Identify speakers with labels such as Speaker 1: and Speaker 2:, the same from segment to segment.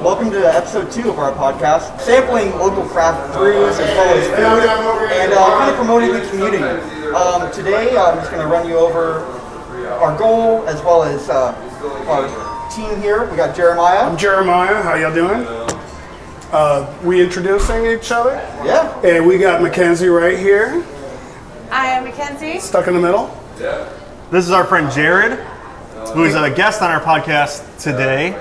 Speaker 1: Welcome to episode two of our podcast, sampling local craft brews as well as food, and uh, kind of promoting the community. Um, today, I'm just going to run you over our goal as well as uh, our team here. We got Jeremiah.
Speaker 2: I'm Jeremiah. How y'all doing? Uh, we introducing each other,
Speaker 1: Yeah.
Speaker 2: and we got Mackenzie right here,
Speaker 3: I am Mackenzie.
Speaker 2: stuck in the middle.
Speaker 4: This is our friend Jared, who's a guest on our podcast today.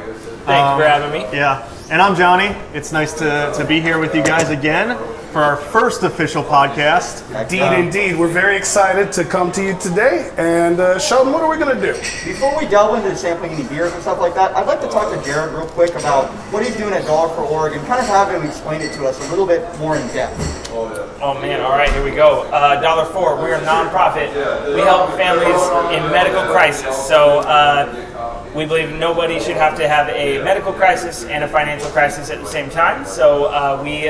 Speaker 5: Thank you for having me.
Speaker 4: Yeah, and I'm Johnny. It's nice to, to be here with you guys again for our first official podcast.
Speaker 2: Indeed,
Speaker 1: Um,
Speaker 2: indeed. We're very excited to come to you today. And uh, Sheldon, what are we gonna do?
Speaker 1: Before we delve into sampling any beers and stuff like that, I'd like to talk to Jared real quick about what he's doing at Dog for Oregon, kind of have him explain it to us a little bit more in depth.
Speaker 5: Oh man, all right, here we go. Uh, Dollar Four, we're a nonprofit. We help families in medical crisis. So uh, we believe nobody should have to have a medical crisis and a financial crisis at the same time. So uh, we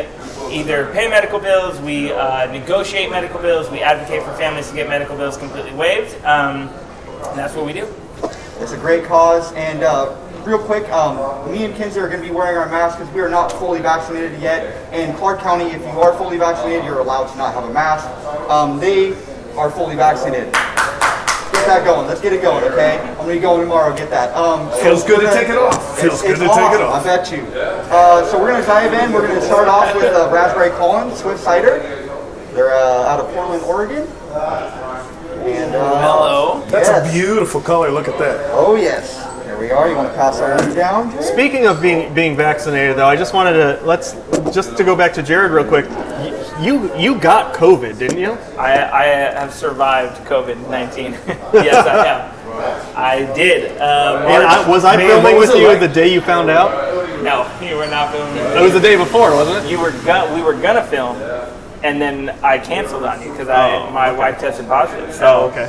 Speaker 5: either pay medical bills, we uh, negotiate medical bills, we advocate for families to get medical bills completely waived. Um, and that's what we do.
Speaker 1: It's a great cause, and uh, real quick, um, me and Kinsey are going to be wearing our masks because we are not fully vaccinated yet. And Clark County, if you are fully vaccinated, you're allowed to not have a mask. Um, they are fully vaccinated. Get that going. Let's get it going, okay? I'm going to go tomorrow. and Get that. Um, so
Speaker 2: Feels good to
Speaker 1: we're gonna-
Speaker 2: take it off.
Speaker 1: It's-
Speaker 2: Feels good
Speaker 1: it's
Speaker 2: to take
Speaker 1: awesome,
Speaker 2: it off.
Speaker 1: I bet you. Uh, so we're going to dive in. We're going to start off with uh, Raspberry Collins Swift Cider. They're uh, out of Portland, Oregon. And uh,
Speaker 5: Hello.
Speaker 2: That's
Speaker 1: yes.
Speaker 2: a beautiful color. Look at that.
Speaker 1: Oh yes. Here we are. You want to pass that one down?
Speaker 4: Speaking of being being vaccinated, though, I just wanted to let's just to go back to Jared real quick. Y- You you got COVID, didn't you?
Speaker 5: I, I have survived COVID 19. yes, I have. I did. Um,
Speaker 4: And I, was I
Speaker 2: Man,
Speaker 4: filming
Speaker 2: what was
Speaker 4: with
Speaker 2: it
Speaker 4: you
Speaker 2: like?
Speaker 4: the day you found out?
Speaker 5: No, you were not filming.
Speaker 4: It was the day before, wasn't it?
Speaker 5: You were go- we were gonna film, and then I canceled on you because I my wife tested positive. So
Speaker 4: Oh, Okay.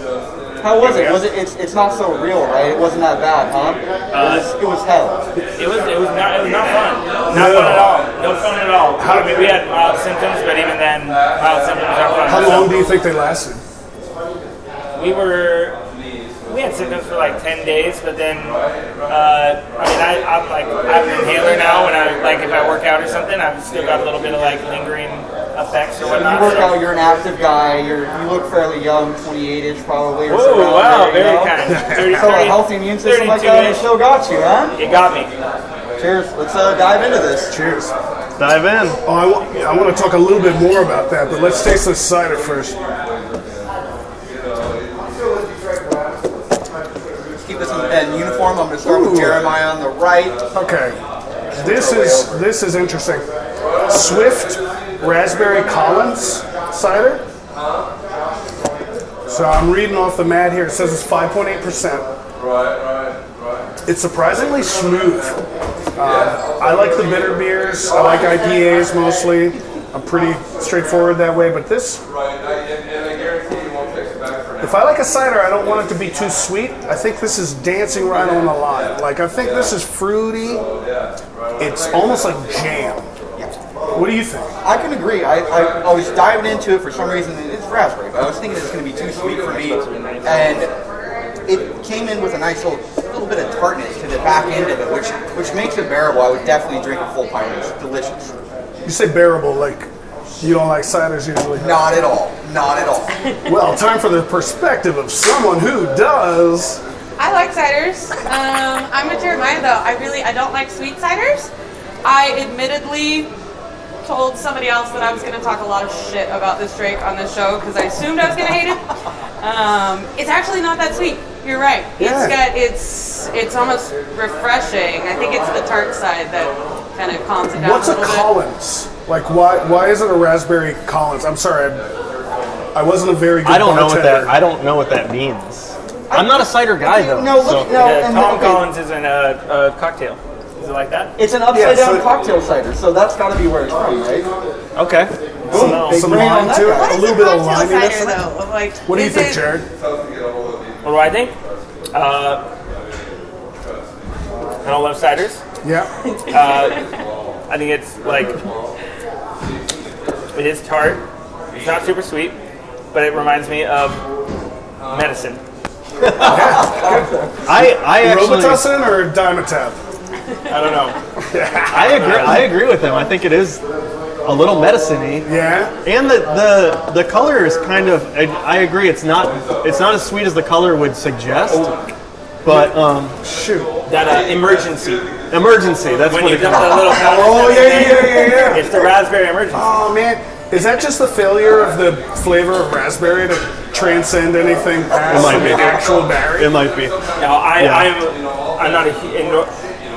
Speaker 1: How was it? Was it? It's, it's not so real, right? It wasn't that bad, huh? It
Speaker 5: Uh,
Speaker 1: was, it was hell.
Speaker 5: it was it was not it was not fun. Not fun at all. No fun at all. I mean, we had mild symptoms, but even then, mild symptoms aren't fun.
Speaker 2: How
Speaker 5: So
Speaker 2: long do you think they lasted?
Speaker 5: we were we had symptoms for like 10 days but then uh, i mean I, i'm like i have an inhaler now and i like if i work out or something i've still got a little bit of like lingering effects or
Speaker 1: You
Speaker 5: whatnot
Speaker 1: work
Speaker 5: so-
Speaker 1: out. You're an active guy. You're you look fairly young, 28ish probably. Or
Speaker 5: Whoa,
Speaker 1: something around there,
Speaker 5: wow,
Speaker 1: you
Speaker 5: very
Speaker 1: know?
Speaker 5: kind. 30,
Speaker 1: So a healthy immune system like that, it
Speaker 5: 32-ish.
Speaker 1: still got you, huh?
Speaker 5: It got me.
Speaker 1: Cheers. Let's uh, dive into this.
Speaker 2: Cheers.
Speaker 4: Dive in.
Speaker 2: Oh, I want to talk a little bit more about that, but let's taste this cider first.
Speaker 1: Let's keep this in, in uniform. I'm going to start with
Speaker 2: Ooh.
Speaker 1: Jeremiah on the right.
Speaker 2: Okay. This is this is interesting. Swift Raspberry Collins cider. So I'm reading off the mat here. It says it's 5.8 percent. It's surprisingly smooth. Uh, I like the bitter beers. I like IPAs mostly. I'm pretty straightforward that way. But this, if I like a cider, I don't want it to be too sweet. I think this is dancing right on the line. Like I think this is fruity. It's almost like jam. What do you think?
Speaker 1: I can agree. I, I, I was diving into it for some reason. It's raspberry, but I was thinking it's going to be too sweet for me. And it came in with a nice little, little bit of tartness to the back end of it, which which makes it bearable. I would definitely drink a full pint. It's delicious.
Speaker 2: You say bearable, like you don't like ciders usually.
Speaker 1: Not at all. Not at all.
Speaker 2: Well, time for the perspective of someone who does.
Speaker 3: I like ciders. Um, I'm a Jeremiah though. I really I don't like sweet ciders. I admittedly told somebody else that I was going to talk a lot of shit about this drink on this show because I assumed I was going to hate it. Um, it's actually not that sweet. You're right.
Speaker 2: Yeah.
Speaker 3: It's got it's it's almost refreshing. I think it's the tart side that kind of calms it down
Speaker 2: What's
Speaker 3: a
Speaker 2: a
Speaker 3: little bit.
Speaker 2: Collins? Like, why why is it a raspberry Collins? I'm sorry, I'm, I wasn't a very good
Speaker 4: I don't know what that.
Speaker 2: bartender.
Speaker 4: I don't know what that means. I'm not a cider guy though.
Speaker 1: No, look,
Speaker 4: so-
Speaker 1: no,
Speaker 5: Yeah,
Speaker 1: and
Speaker 5: Tom
Speaker 1: okay.
Speaker 5: Collins is in a, a cocktail. Is it like that?
Speaker 1: It's an upside
Speaker 2: Yeah,
Speaker 1: down
Speaker 2: so-
Speaker 1: cocktail cider, so that's got to be where it's from, right?
Speaker 4: Okay.
Speaker 1: Boom, they
Speaker 2: Some
Speaker 1: bring it on
Speaker 2: lime
Speaker 1: that
Speaker 2: to
Speaker 1: guy.
Speaker 2: it, a
Speaker 3: What is
Speaker 2: little
Speaker 3: a
Speaker 2: bit of
Speaker 3: cocktail
Speaker 2: liminess. in
Speaker 3: cider
Speaker 2: it.
Speaker 3: though? Of, Like,
Speaker 2: What do you
Speaker 3: is
Speaker 2: think,
Speaker 3: it-
Speaker 2: Jared?
Speaker 5: What do I think? Uh, I don't love ciders.
Speaker 2: Yeah.
Speaker 5: I think it's like it is tart. It's not super sweet, but it reminds me of medicine.
Speaker 4: I I actually
Speaker 2: Robitussin or Dimetap?
Speaker 5: I don't know.
Speaker 4: I agree. I agree with him. I think it is a little medicine-y.
Speaker 2: Yeah.
Speaker 4: And the, the the color is kind of I, I agree it's not it's not as sweet as the color would suggest, but um,
Speaker 2: Shoot.
Speaker 5: That uh, emergency
Speaker 4: emergency that's
Speaker 5: when
Speaker 4: what
Speaker 5: you
Speaker 4: it
Speaker 5: dump
Speaker 4: comes.
Speaker 5: the little.
Speaker 2: Oh yeah, yeah, yeah, yeah.
Speaker 5: It's the raspberry emergency.
Speaker 2: Oh man, is that just the failure of the flavor of raspberry to transcend anything past
Speaker 4: might
Speaker 2: the
Speaker 4: be.
Speaker 2: actual berry?
Speaker 4: It might be.
Speaker 5: No, I,
Speaker 4: Yeah.
Speaker 5: I'm, I'm not a, hu- and no-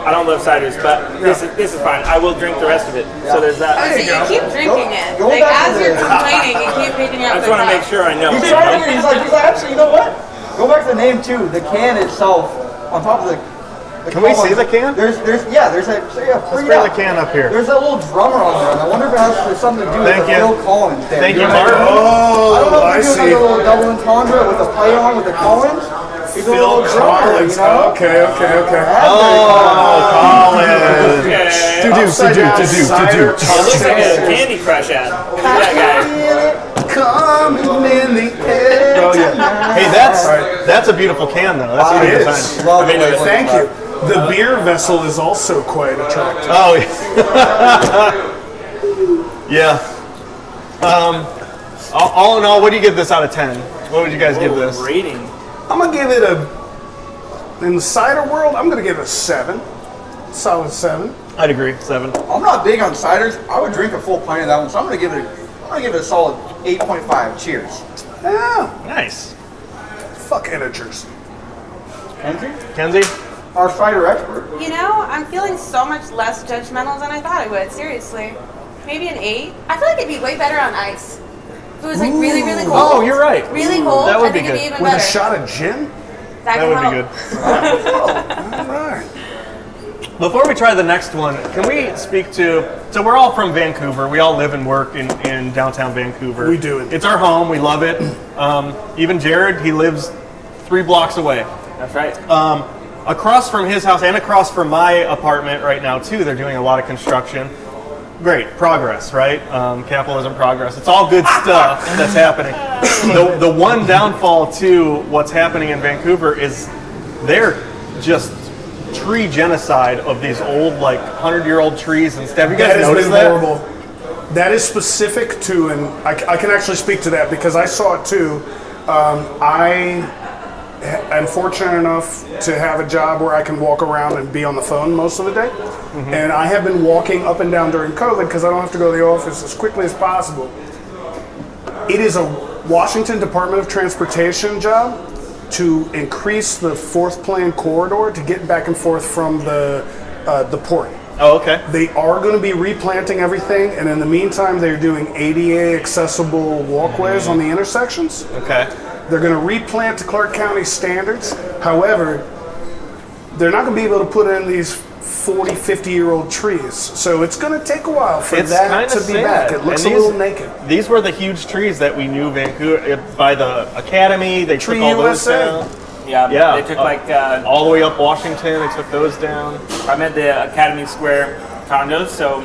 Speaker 5: I don't love ciders, but this is this is fine. I will drink the rest of it. So there's that.
Speaker 3: So you keep drinking it.
Speaker 1: Go
Speaker 3: like
Speaker 1: back to
Speaker 3: as you're
Speaker 1: the-
Speaker 3: complaining, you keep picking
Speaker 5: I
Speaker 3: up the
Speaker 5: just want to
Speaker 3: cup.
Speaker 5: make sure I
Speaker 1: He
Speaker 5: know.
Speaker 1: tried it. He's like, he's like, actually, you know what? Go back to the name too. The can itself, on top of the. the
Speaker 4: Can we
Speaker 1: cover-
Speaker 4: see the can?
Speaker 1: There's, there's, yeah, there's a, so yeah, free
Speaker 4: bring
Speaker 1: up.
Speaker 4: the can up here.
Speaker 1: There's that little drummer on there, and I wonder if it has to- something to do
Speaker 4: Thank
Speaker 1: with the
Speaker 4: you.
Speaker 1: Phil Collins there.
Speaker 4: Thank you,
Speaker 1: know what I mean?
Speaker 4: Mark.
Speaker 1: I don't know if
Speaker 2: Oh, I
Speaker 1: they're
Speaker 2: see.
Speaker 1: doing like a little double entendre with a play on with the Collins. He's a little
Speaker 2: Phil
Speaker 1: drummer,
Speaker 2: Collins.
Speaker 1: you know?
Speaker 2: Okay, okay, okay.
Speaker 4: Oh, Colin.
Speaker 5: Yeah.
Speaker 4: do,
Speaker 2: Upside
Speaker 4: to do,
Speaker 2: down
Speaker 4: to do, to
Speaker 2: cider
Speaker 4: do.
Speaker 5: Oh, It looks like a
Speaker 2: cocktail.
Speaker 5: candy crush ad. Look at that guy.
Speaker 2: Coming in the air. Oh yeah.
Speaker 4: Hey, that's that's a beautiful can though. That's a
Speaker 2: It
Speaker 4: good
Speaker 2: is.
Speaker 4: design.
Speaker 1: Love the way it
Speaker 2: Thank
Speaker 1: looks.
Speaker 2: you. The beer vessel is also quite attractive.
Speaker 4: Oh, yeah. yeah. Um, all, all in all, what do you give this out of ten? What would you guys give this?
Speaker 5: Rating.
Speaker 2: I'm gonna give it a. In the cider world, I'm gonna give it a seven. Solid seven.
Speaker 4: I'd agree, seven.
Speaker 1: I'm not big on ciders. I would drink a full pint of that one, so I'm gonna give it, a, I'm gonna give it a solid 8.5. Cheers.
Speaker 2: Yeah.
Speaker 4: Nice.
Speaker 2: Fuck integers.
Speaker 1: Kenzie,
Speaker 4: Kenzie,
Speaker 1: our cider expert.
Speaker 3: You know, I'm feeling so much less judgmental than I thought I would. Seriously, maybe an eight.
Speaker 6: I feel like it'd be way better on ice. If it was like really, really cold.
Speaker 4: Oh, you're right.
Speaker 6: Really cold.
Speaker 4: That
Speaker 6: I
Speaker 4: would
Speaker 6: think
Speaker 4: be
Speaker 6: it'd be
Speaker 4: good.
Speaker 6: even
Speaker 2: With
Speaker 6: better.
Speaker 2: a shot of gin.
Speaker 6: that
Speaker 4: that
Speaker 6: can
Speaker 4: would be
Speaker 6: help.
Speaker 4: good.
Speaker 2: All right.
Speaker 4: Before we try the next one, can we speak to? So we're all from Vancouver. We all live and work in, in downtown Vancouver.
Speaker 2: We do.
Speaker 4: It's our home. We love it. Um, even Jared, he lives three blocks away.
Speaker 5: That's right.
Speaker 4: Um, across from his house and across from my apartment right now too, they're doing a lot of construction. Great progress, right? Um, capitalism progress. It's all good stuff that's happening. The, the one downfall to what's happening in Vancouver is they're just tree genocide of these old like hundred year old trees and stuff. You guys
Speaker 2: That has
Speaker 4: noticed
Speaker 2: been
Speaker 4: that?
Speaker 2: horrible. That is specific to, and I, I can actually speak to that because I saw it too. Um, I ha- am fortunate enough to have a job where I can walk around and be on the phone most of the day.
Speaker 4: Mm-hmm.
Speaker 2: And I have been walking up and down during COVID because I don't have to go to the office as quickly as possible. It is a Washington Department of Transportation job to increase the fourth plane corridor to get back and forth from the uh, the port.
Speaker 4: Oh, okay.
Speaker 2: They are going to be replanting everything, and in the meantime, they're doing ADA accessible walkways on
Speaker 4: Mm-hmm.
Speaker 2: the intersections.
Speaker 4: Okay.
Speaker 2: They're going to replant to Clark County standards. However, they're not going to be able to put in these 40, 50 year old trees. So it's going to take a while for
Speaker 4: It's
Speaker 2: that
Speaker 4: kind
Speaker 2: to
Speaker 4: of
Speaker 2: be back. It looks a little naked.
Speaker 4: These were the huge trees that we knew Vancouver by the academy. They
Speaker 2: Tree
Speaker 4: took all
Speaker 2: USA.
Speaker 4: those down.
Speaker 5: Yeah.
Speaker 4: Yeah.
Speaker 5: They took like uh,
Speaker 4: all the way up Washington. They took those down.
Speaker 5: I'm at the Academy Square condos, so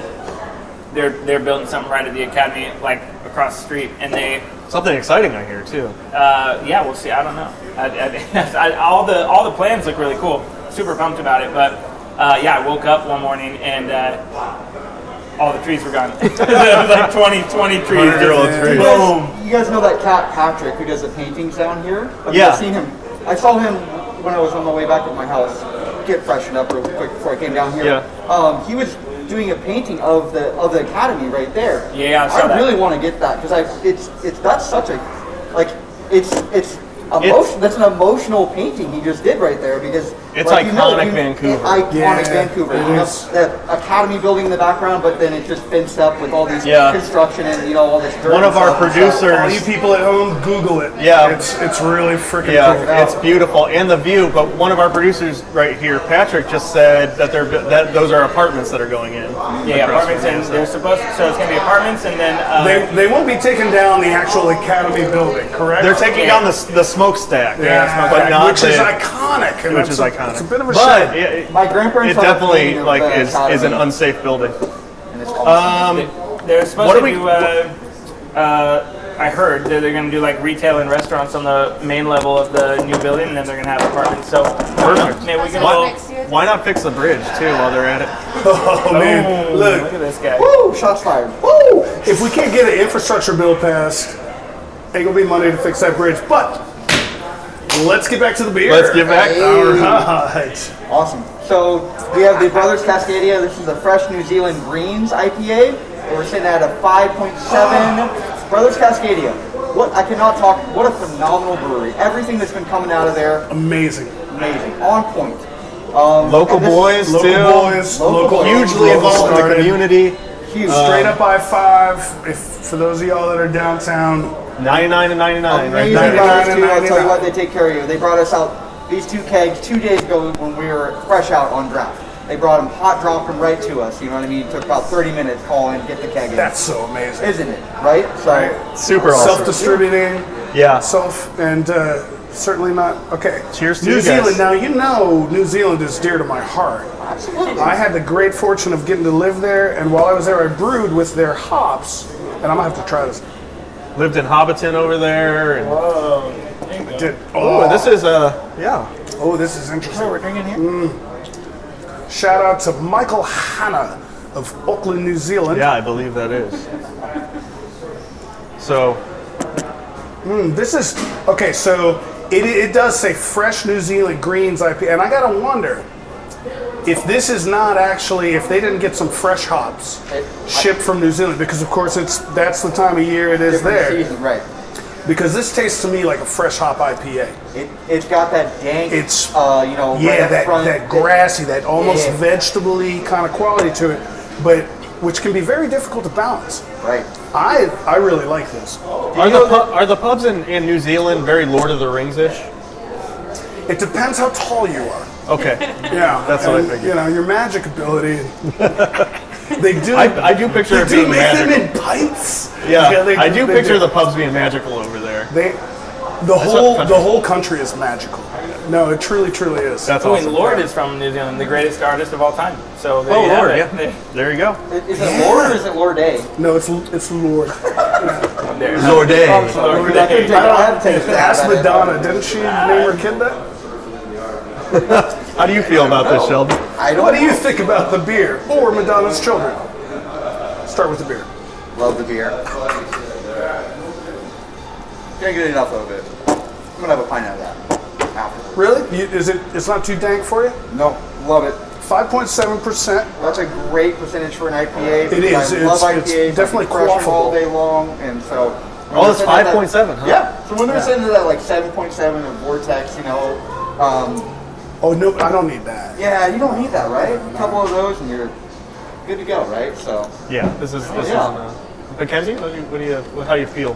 Speaker 5: they're they're building something right at the Academy, like across the street, and they,
Speaker 4: Something exciting I hear too.
Speaker 5: uh, yeah, we'll see. I don't know. I, I, I, all the all the plans look really cool. Super pumped about it, but uh, yeah, I woke up one morning and uh, all the trees were gone. there was like 20, 20 trees.
Speaker 4: 100-year-old trees.
Speaker 1: You guys-
Speaker 5: Boom.
Speaker 1: You guys know that cat Patrick who does the paintings down here? Have you
Speaker 4: Yeah.
Speaker 1: guys seen him? I saw him when I was on my way back to my house, get freshened up real quick before I came down here.
Speaker 4: Yeah.
Speaker 1: Um, he was doing a painting of the of the academy right there.
Speaker 5: Yeah, I saw that.
Speaker 1: really want to get that because I it's it's that's such a like it's it's emotion that's an emotional painting he just did right there because
Speaker 4: It's
Speaker 1: Like, you know,
Speaker 4: iconic
Speaker 1: you-
Speaker 4: Vancouver.
Speaker 1: Iconic
Speaker 2: Yeah,
Speaker 1: Vancouver.
Speaker 2: it
Speaker 1: You know,
Speaker 2: is.
Speaker 1: that academy building in the background, but then it just fenced up with all these
Speaker 4: Yeah.
Speaker 1: construction and you know all this dirt.
Speaker 4: One
Speaker 1: and
Speaker 4: of our
Speaker 1: stuff.
Speaker 2: All you
Speaker 4: producers,
Speaker 2: people at home, Google it.
Speaker 4: Yeah.
Speaker 2: It's it's really freaking cool.
Speaker 4: yeah, it's beautiful, and the view. But one of our producers right here, Patrick, just said that they're that those are apartments that are going in.
Speaker 5: Yeah,
Speaker 4: across
Speaker 5: apartments,
Speaker 4: from
Speaker 5: and
Speaker 4: us.
Speaker 5: they're supposed so it's gonna be apartments, and then uh,
Speaker 2: They, they won't be taking down the actual academy building, correct?
Speaker 4: They're taking down the, s- the smokestack,
Speaker 2: yeah,
Speaker 4: but not
Speaker 2: which is
Speaker 4: the-
Speaker 2: iconic. and
Speaker 4: which
Speaker 2: that's
Speaker 4: is
Speaker 2: a-
Speaker 4: iconic.
Speaker 2: It's a bit of a
Speaker 4: but
Speaker 2: shame.
Speaker 4: it,
Speaker 1: My grandparents.
Speaker 4: it
Speaker 1: are
Speaker 4: definitely
Speaker 1: opinion of uh,
Speaker 4: like
Speaker 1: the
Speaker 4: is is an
Speaker 1: academy,
Speaker 4: unsafe building.
Speaker 1: and it's
Speaker 4: uh,
Speaker 1: awesome.
Speaker 5: they're supposed
Speaker 4: What
Speaker 5: to
Speaker 4: do we-
Speaker 5: do. Uh, uh, I heard that they're gonna do like retail and restaurants on the main level of the new building, and then they're gonna have apartments. So
Speaker 4: Perfect.
Speaker 5: maybe we can
Speaker 6: Why-
Speaker 5: go.
Speaker 6: Next year.
Speaker 4: Why not fix the bridge too while they're at it?
Speaker 2: oh man,
Speaker 5: Ooh,
Speaker 2: look,
Speaker 5: look at this guy.
Speaker 1: Woo! Shots fired.
Speaker 2: Woo! If we can't get an infrastructure bill passed, ain't gonna be money to fix that bridge. But let's get back to the beer. Ah,
Speaker 4: Let's get back.
Speaker 2: All right.
Speaker 1: Awesome. So we have the Brothers Cascadia. This is a fresh New Zealand Greens IPA. We're sitting at a 5.7. Brothers Cascadia. What I cannot talk. What a phenomenal brewery. Everything that's been coming out of there,
Speaker 2: Amazing.
Speaker 1: amazing, on point. Um,
Speaker 4: Local
Speaker 1: and this-
Speaker 4: boys
Speaker 2: Local
Speaker 4: too.
Speaker 2: boys,
Speaker 1: Local
Speaker 2: local,
Speaker 1: boys.
Speaker 4: Hugely involved in the
Speaker 2: started.
Speaker 4: community.
Speaker 1: Huge.
Speaker 4: um,
Speaker 2: Straight up I five. If for those of y'all that are downtown,
Speaker 4: 99 and 99, right
Speaker 1: Amazing
Speaker 4: there.
Speaker 2: Ninety-nine
Speaker 1: brothers
Speaker 2: and
Speaker 1: too. I'll tell you
Speaker 2: ninety-nine.
Speaker 1: what, they take care of you. They brought us out these two kegs two days ago when we were fresh out on draft. They brought them hot, dropped them right to us. You know what I mean? took about 30 minutes call in, get the keg in.
Speaker 2: that's so amazing.
Speaker 1: isn't it? Right? So
Speaker 2: Right.
Speaker 4: Super awesome.
Speaker 2: Self-distributing.
Speaker 4: Yeah.
Speaker 2: Self and uh, certainly not okay.
Speaker 4: Cheers to
Speaker 2: New
Speaker 4: you guys.
Speaker 2: Zealand. Now you know New Zealand is dear to my heart.
Speaker 1: absolutely.
Speaker 2: I had the great fortune of getting to live there, and while I was there, I brewed with their hops, and I'm gonna have to try this.
Speaker 4: Lived in Hobbiton over there. And,
Speaker 2: I did.
Speaker 4: oh, this is uh, yeah.
Speaker 2: oh, this is interesting.
Speaker 1: we're drinking here.
Speaker 2: Shout out to Michael Hanna of Auckland, New Zealand.
Speaker 4: Yeah, I believe that is. So,
Speaker 2: Mm, This is okay. So it, it does say fresh New Zealand greens IP, and I gotta wonder if this is not actually if they didn't get some fresh hops
Speaker 1: It-
Speaker 2: shipped from New Zealand because of course it's that's the time of year it is
Speaker 1: Different
Speaker 2: there
Speaker 1: season, right?
Speaker 2: because this tastes to me like a fresh hop IPA.
Speaker 1: It it's got that dank.
Speaker 2: It's-
Speaker 1: uh you know right
Speaker 2: Yeah,
Speaker 1: up
Speaker 2: that,
Speaker 1: front,
Speaker 2: that grassy, that almost
Speaker 1: Yeah.
Speaker 2: vegetable-y kind of quality to it, but which can be very difficult to balance.
Speaker 1: right.
Speaker 2: I I really like this.
Speaker 4: are the pu- are the pubs in, in New Zealand very Lord of the Rings ish?
Speaker 2: It depends how tall you are.
Speaker 4: Okay,
Speaker 2: Yeah,
Speaker 4: That's what I
Speaker 2: and,
Speaker 4: figured.
Speaker 2: You know your magic ability. they do.
Speaker 4: I, I do picture
Speaker 2: they
Speaker 4: it
Speaker 2: do
Speaker 4: being
Speaker 2: make them in
Speaker 4: magical.
Speaker 2: pipes.
Speaker 4: Yeah,
Speaker 2: they
Speaker 4: I do
Speaker 2: they
Speaker 4: picture the pubs being magical over there.
Speaker 2: They, the whole
Speaker 4: country-
Speaker 2: the whole country is magical. No, it truly truly is.
Speaker 4: That's
Speaker 5: Oh, and
Speaker 4: awesome.
Speaker 5: Lord is from New Zealand, the greatest artist of all time. So there
Speaker 4: Oh,
Speaker 5: you have
Speaker 4: Lord,
Speaker 5: it.
Speaker 4: yeah. There you go.
Speaker 1: Is is it Lord or is it Lord A?
Speaker 2: no, it's it's Lord.
Speaker 5: There.
Speaker 4: Lord A.
Speaker 5: Lord,
Speaker 1: I couldn't take- I had to take a stab
Speaker 2: Ask
Speaker 1: at it.
Speaker 2: Madonna. Didn't she name her kid that?
Speaker 4: How do you feel about this, Sheldon?
Speaker 1: I don't.
Speaker 2: What do you think about the beer or Madonna's children? Start with the beer.
Speaker 1: Love the beer. Can't get enough of it. I'm gonna have a pint out of that. After.
Speaker 2: Really? You, is it? It's not too dank for you.
Speaker 1: No, love it.
Speaker 2: Five point seven percent.
Speaker 1: That's a great percentage for an IPA.
Speaker 2: It
Speaker 1: because I
Speaker 2: is. It's-
Speaker 1: love IPAs. I
Speaker 2: it's
Speaker 1: can
Speaker 2: definitely
Speaker 1: crush 'em all
Speaker 2: quaffable.
Speaker 1: day long, and so.
Speaker 4: Oh, it's 5.7, huh?
Speaker 1: Yeah. So when they're sitting at that like 7.7 of Vortex, you know, um,
Speaker 2: Oh no, I don't need that.
Speaker 1: yeah, you don't need that, right? A couple of those, and you're good to go, right? So.
Speaker 4: Yeah, this is this
Speaker 1: Yeah.
Speaker 4: is. Uh, Mackenzie, what do you, what do you what- how do you feel?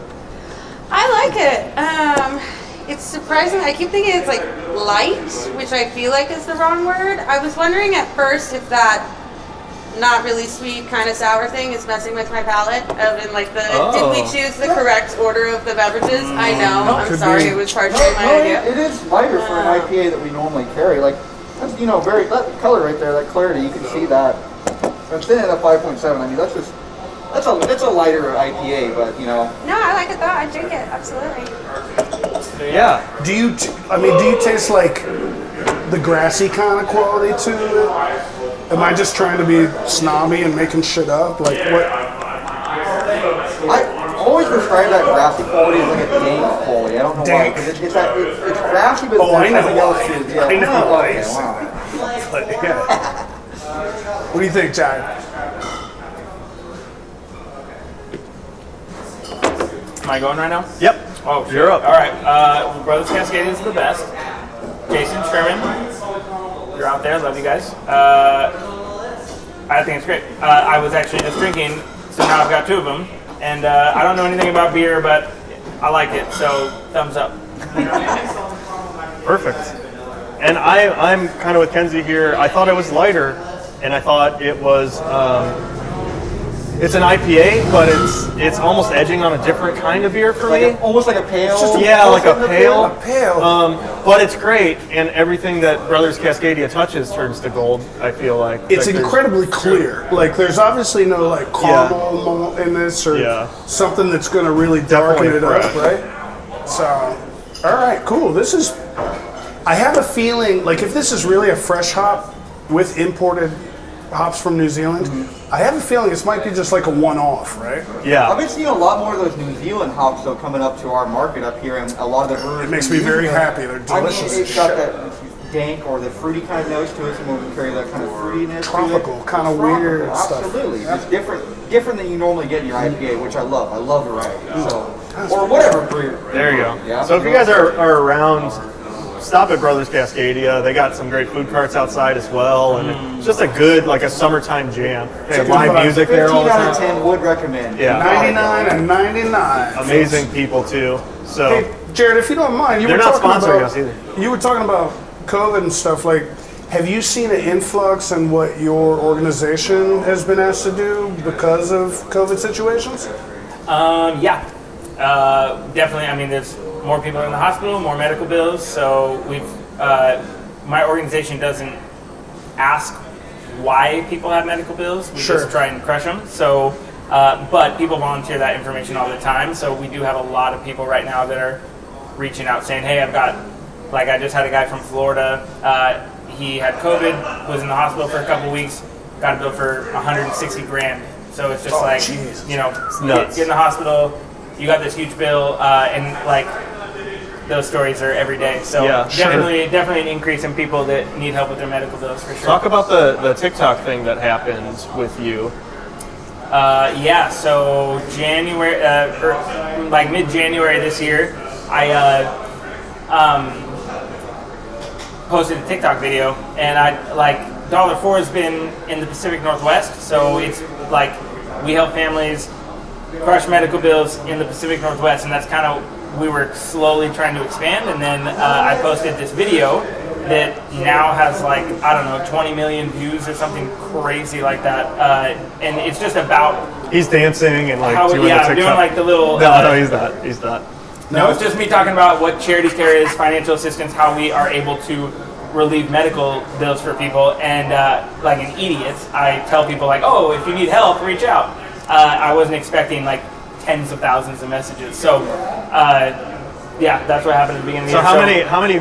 Speaker 3: I like it. Um, it's surprising. I keep thinking it's like light, which I feel like is the wrong word. I was wondering at first if that not really sweet, kind of sour thing is messing with my palate. Of in like the
Speaker 4: Oh. Mm,
Speaker 3: did we choose the correct order of the beverages? I know. I'm
Speaker 2: Could
Speaker 3: sorry,
Speaker 2: be.
Speaker 3: it was hard to
Speaker 1: No,
Speaker 3: my
Speaker 4: Oh,
Speaker 1: no,
Speaker 3: idea. Uh,
Speaker 1: it- it is lighter for an IPA that we normally carry. Like, that's, you know, very that color right there, that clarity, you can see that. But then at a 5.7, I mean, that's just that's a that's a lighter IPA, but you know,
Speaker 3: No, I like it though. I drink it absolutely.
Speaker 4: Yeah,
Speaker 2: Do you? T- I mean, do you taste like the grassy kind of quality to it? Am I just trying to be snobby and making shit up? Like what?
Speaker 1: I always describe that grassy quality as like a dank quality. I don't know why,
Speaker 2: Dank.
Speaker 1: 'cause it's, it's, that, it's, it's grassy, but
Speaker 2: Oh, I
Speaker 1: there's
Speaker 2: know
Speaker 1: nothing else
Speaker 2: why.
Speaker 1: to it. Yeah.
Speaker 2: I know
Speaker 1: Oh,
Speaker 2: why.
Speaker 1: okay, wow.
Speaker 2: But, yeah. What do you think, John?
Speaker 5: Am I going right now?
Speaker 4: yep.
Speaker 5: Oh,
Speaker 4: You're
Speaker 5: shit.
Speaker 4: up.
Speaker 5: All right. Uh, Brothers Cascade is the best. Jason Sherman. you're out there. Love you guys. Uh, I think it's great. Uh, I was actually just drinking, so now I've got two of them, and uh, I don't know anything about beer, but I like it. So thumbs up.
Speaker 4: Perfect. And I, I'm kind of with Kenzie here. I thought it was lighter, and I thought it was. Um, it's an IPA, but it's it's almost edging on a different kind of beer for
Speaker 1: Like
Speaker 4: me.
Speaker 1: a, almost like a pale.
Speaker 4: yeah, like a pale.
Speaker 2: A pale.
Speaker 4: Um, but it's great, and everything that Brothers Cascadia touches turns to gold. I feel like
Speaker 2: it's
Speaker 4: Like there's-
Speaker 2: incredibly clear. Like there's obviously no like caramel malt in this or
Speaker 4: Yeah.
Speaker 2: something that's going to really darken
Speaker 4: Definitely
Speaker 2: it up,
Speaker 4: fresh.
Speaker 2: right? So, all right, cool. This is. I have a feeling like if this is really a fresh hop with imported hops from New Zealand, I have a feeling this might be just like a one-off, right?
Speaker 4: Yeah.
Speaker 1: I've been seeing a lot more of those New Zealand hops though coming up to our market up here, and a lot of the brewers.
Speaker 2: It makes me very happy. They're
Speaker 1: Mm-hmm. I mean,
Speaker 2: delicious. as
Speaker 1: it's got
Speaker 2: shit.
Speaker 1: that dank or the fruity kind of nose to it, and when we carry that kind of fruitiness. to it.
Speaker 2: Tropical, kinda
Speaker 1: It's
Speaker 2: weird
Speaker 1: tropical,
Speaker 2: stuff.
Speaker 1: Absolutely, it's different, different than you normally get in your IPA, which I love. I love variety. So, or whatever brew.
Speaker 4: There you go.
Speaker 1: Yeah.
Speaker 4: So if you guys are, are around, stop at Brothers Cascadia. They got some great food carts outside as well, and it's just a good like a summertime jam. They have
Speaker 2: Good
Speaker 4: live
Speaker 2: vibe.
Speaker 4: music there all
Speaker 1: Fifteen
Speaker 4: the
Speaker 1: out of
Speaker 4: time.
Speaker 1: ten would recommend.
Speaker 4: Yeah.
Speaker 2: 99 and 99.
Speaker 4: Amazing people too.
Speaker 2: Hey,
Speaker 4: So
Speaker 2: Jared, if you don't mind, you
Speaker 4: They're
Speaker 2: were
Speaker 4: not
Speaker 2: talking
Speaker 4: sponsoring
Speaker 2: about,
Speaker 4: us either.
Speaker 2: You were talking about COVID and stuff. Like, have you seen an influx in what your organization has been asked to do because of COVID situations?
Speaker 5: Um, yeah, uh, definitely. I mean, there's more people in the hospital, more medical bills. So we've uh, my organization doesn't ask why people have medical bills. We
Speaker 2: Sure.
Speaker 5: just try and crush them. So, uh, but people volunteer that information all the time. So we do have a lot of people right now that are reaching out saying, "Hey, I've got." Like I just had a guy from Florida. Uh, he had COVID, was in the hospital for a couple weeks, got a bill for 160 grand. So it's just
Speaker 2: Oh,
Speaker 5: like
Speaker 2: Jesus.
Speaker 5: you know,
Speaker 4: nuts.
Speaker 5: Get, get in the hospital. You got this huge bill, uh, and like those stories are every day. So
Speaker 4: Yeah, sure.
Speaker 5: definitely, definitely an increase in people that need help with their medical bills for sure.
Speaker 4: talk about the the TikTok thing that happened with you.
Speaker 5: Uh, yeah, so January, uh, er, like mid January this year, I uh, um, posted a TikTok video, and I like Dollar Four has been in the Pacific Northwest, so it's like we help families crush medical bills in the Pacific Northwest, and that's kind of we were slowly trying to expand. And then uh, I posted this video that now has like I don't know 20 million views or something crazy like that, uh, and it's just about
Speaker 4: He's dancing and like
Speaker 5: How-
Speaker 4: doing
Speaker 5: yeah,
Speaker 4: the
Speaker 5: doing,
Speaker 4: TikTok.
Speaker 5: like, the little,
Speaker 4: No,
Speaker 5: uh,
Speaker 4: no, he's not. He's not.
Speaker 5: No, it's just me talking about what Charity Care is, financial assistance, how we are able to relieve medical bills for people. And uh, like an idiot, I tell people like, "Oh, if you need help, reach out." Uh, I wasn't expecting like tens of thousands of messages. So, uh, yeah, that's what happened at the beginning.
Speaker 4: So
Speaker 5: of the
Speaker 4: how
Speaker 5: year.
Speaker 4: many how many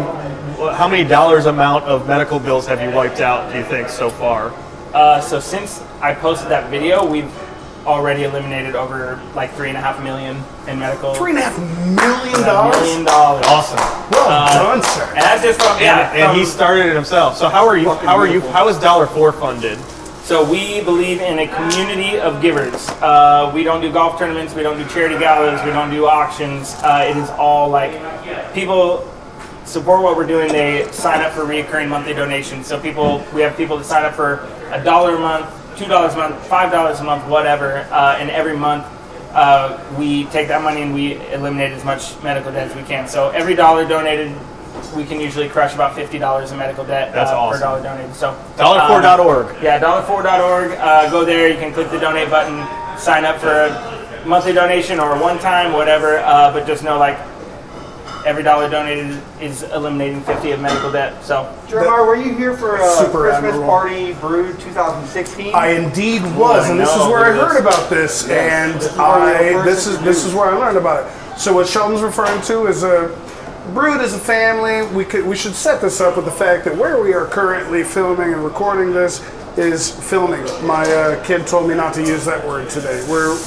Speaker 4: how many dollars amount of medical bills have you wiped out? Do you think so far?
Speaker 5: Uh, so since I posted that video, we've already eliminated over like three and a half million in medical.
Speaker 2: Three and a half million
Speaker 5: million
Speaker 4: Uh,
Speaker 2: dollars? Oh,
Speaker 5: dollars.
Speaker 4: Awesome.
Speaker 2: Well
Speaker 5: Uh,
Speaker 2: done, sir.
Speaker 5: And that's just from yeah.
Speaker 4: and, and
Speaker 5: from-
Speaker 4: he started it himself. So how are you? How are you? How is Dollar Four funded?
Speaker 5: So we believe in a community of givers. Uh, we don't do golf tournaments. We don't do charity galas. We don't do auctions. Uh, it is all like people support what we're doing. They sign up for reoccurring monthly donations. So people, we have people that sign up for a dollar a month, two dollars a month, five dollars a month, whatever. Uh, and every month, uh, we take that money and we eliminate as much medical debt as we can. So every dollar donated. We can usually crush about fifty dollars in medical debt
Speaker 4: That's
Speaker 5: uh,
Speaker 4: awesome.
Speaker 5: per dollar donated. So um,
Speaker 4: Dollar4.org.
Speaker 5: yeah, dollar4.org. Uh, go there. You can click the donate button, sign up for a monthly donation or one time, whatever. Uh, but just know, like, every dollar donated is eliminating 50 of medical debt. So
Speaker 1: Jeremiah, were you here for uh,
Speaker 2: Super
Speaker 1: Christmas
Speaker 2: admirable.
Speaker 1: party brew 2016?
Speaker 2: I indeed was, and this is
Speaker 5: know,
Speaker 2: where I
Speaker 5: look at
Speaker 2: heard about this, and
Speaker 1: This is where we were
Speaker 2: I
Speaker 1: first
Speaker 2: this is this is where I learned about it. So what Sheldon's referring to is a brood as a family. We could we should set this up with the fact that where we are currently filming and recording this is filming. My uh, kid told me not to use that word today. We're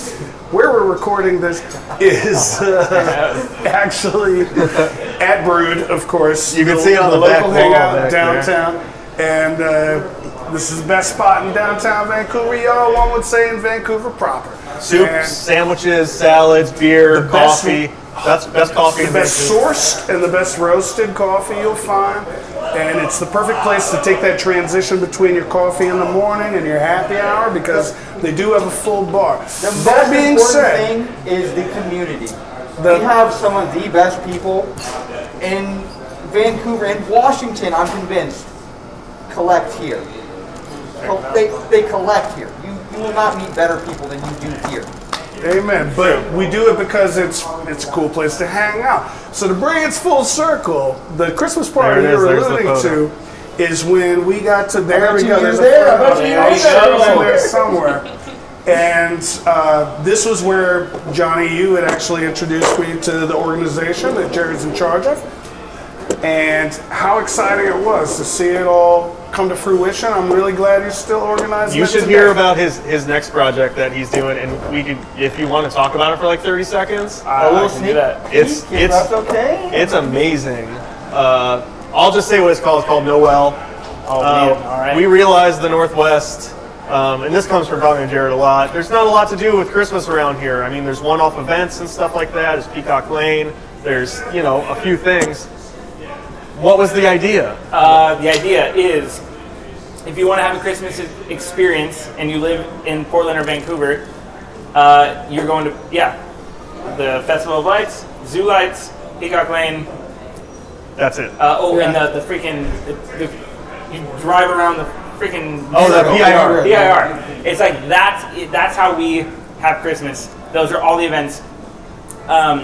Speaker 2: where we're recording this is uh, actually at Brood, of course.
Speaker 4: You can see it on the back
Speaker 2: local
Speaker 4: wall
Speaker 2: hangout
Speaker 4: back there.
Speaker 2: downtown downtown, and uh, this is the best spot in downtown Vancouver. Y'all, one would say in Vancouver proper.
Speaker 4: Soup,
Speaker 2: And
Speaker 4: sandwiches, salads, beer,
Speaker 2: best-
Speaker 4: coffee. That's best coffee.
Speaker 2: the
Speaker 4: and
Speaker 2: best
Speaker 4: bacon.
Speaker 2: sourced and the best roasted coffee you'll find. And it's the perfect place to take that transition between your coffee in the morning and your happy hour because they do have a full bar.
Speaker 1: The most
Speaker 2: that being
Speaker 1: important
Speaker 2: said,
Speaker 1: thing is the community.
Speaker 2: The-
Speaker 1: we have some of the best people in Vancouver and Washington. I'm convinced collect here. Co- They, they collect here. You, you will not meet better people than you do here.
Speaker 2: Amen. But we do it because it's it's a cool place to hang out. So to bring it full circle, the Christmas party
Speaker 4: There it is.
Speaker 2: you're
Speaker 4: There's the
Speaker 2: alluding
Speaker 4: photo.
Speaker 2: to is when we got to there
Speaker 1: bet
Speaker 2: we
Speaker 1: you
Speaker 2: go.
Speaker 1: you
Speaker 2: There's a
Speaker 1: there. I
Speaker 2: photo.
Speaker 1: bet you
Speaker 2: I'll
Speaker 1: you
Speaker 2: show
Speaker 1: there.
Speaker 2: you there somewhere. And uh, this was where Johnny, you had actually introduced me to the organization that Jared's in charge of, and how exciting it was to see it all come to fruition. I'm really glad you're still organizing.
Speaker 4: You
Speaker 2: it
Speaker 4: should
Speaker 2: today.
Speaker 4: hear about his, his next project that he's doing, and we could, if you want to talk about it for like 30 seconds,
Speaker 5: I can do that.
Speaker 4: It's
Speaker 1: If
Speaker 4: it's
Speaker 1: that's okay.
Speaker 4: it's amazing. Uh, I'll just say what it's called. It's called Noel.
Speaker 5: Oh,
Speaker 4: Uh,
Speaker 5: man. All right.
Speaker 4: We realized the Northwest, um, and this comes from talking to Jared a lot. There's not a lot to do with Christmas around here. I mean, there's one-off events and stuff like that. There's Peacock Lane. There's you know a few things. What was the idea?
Speaker 5: Uh, the idea is if you want to have a Christmas experience and you live in Portland or Vancouver, uh, you're going to, yeah, the Festival of Lights, Zoo Lights, Peacock Lane.
Speaker 4: That's it.
Speaker 5: Uh, oh, and the, the freaking, the, the, you drive around the freaking.
Speaker 4: Oh, the PIR.
Speaker 5: PIR. It's like that's that's how we have Christmas. Those are all the events. Um,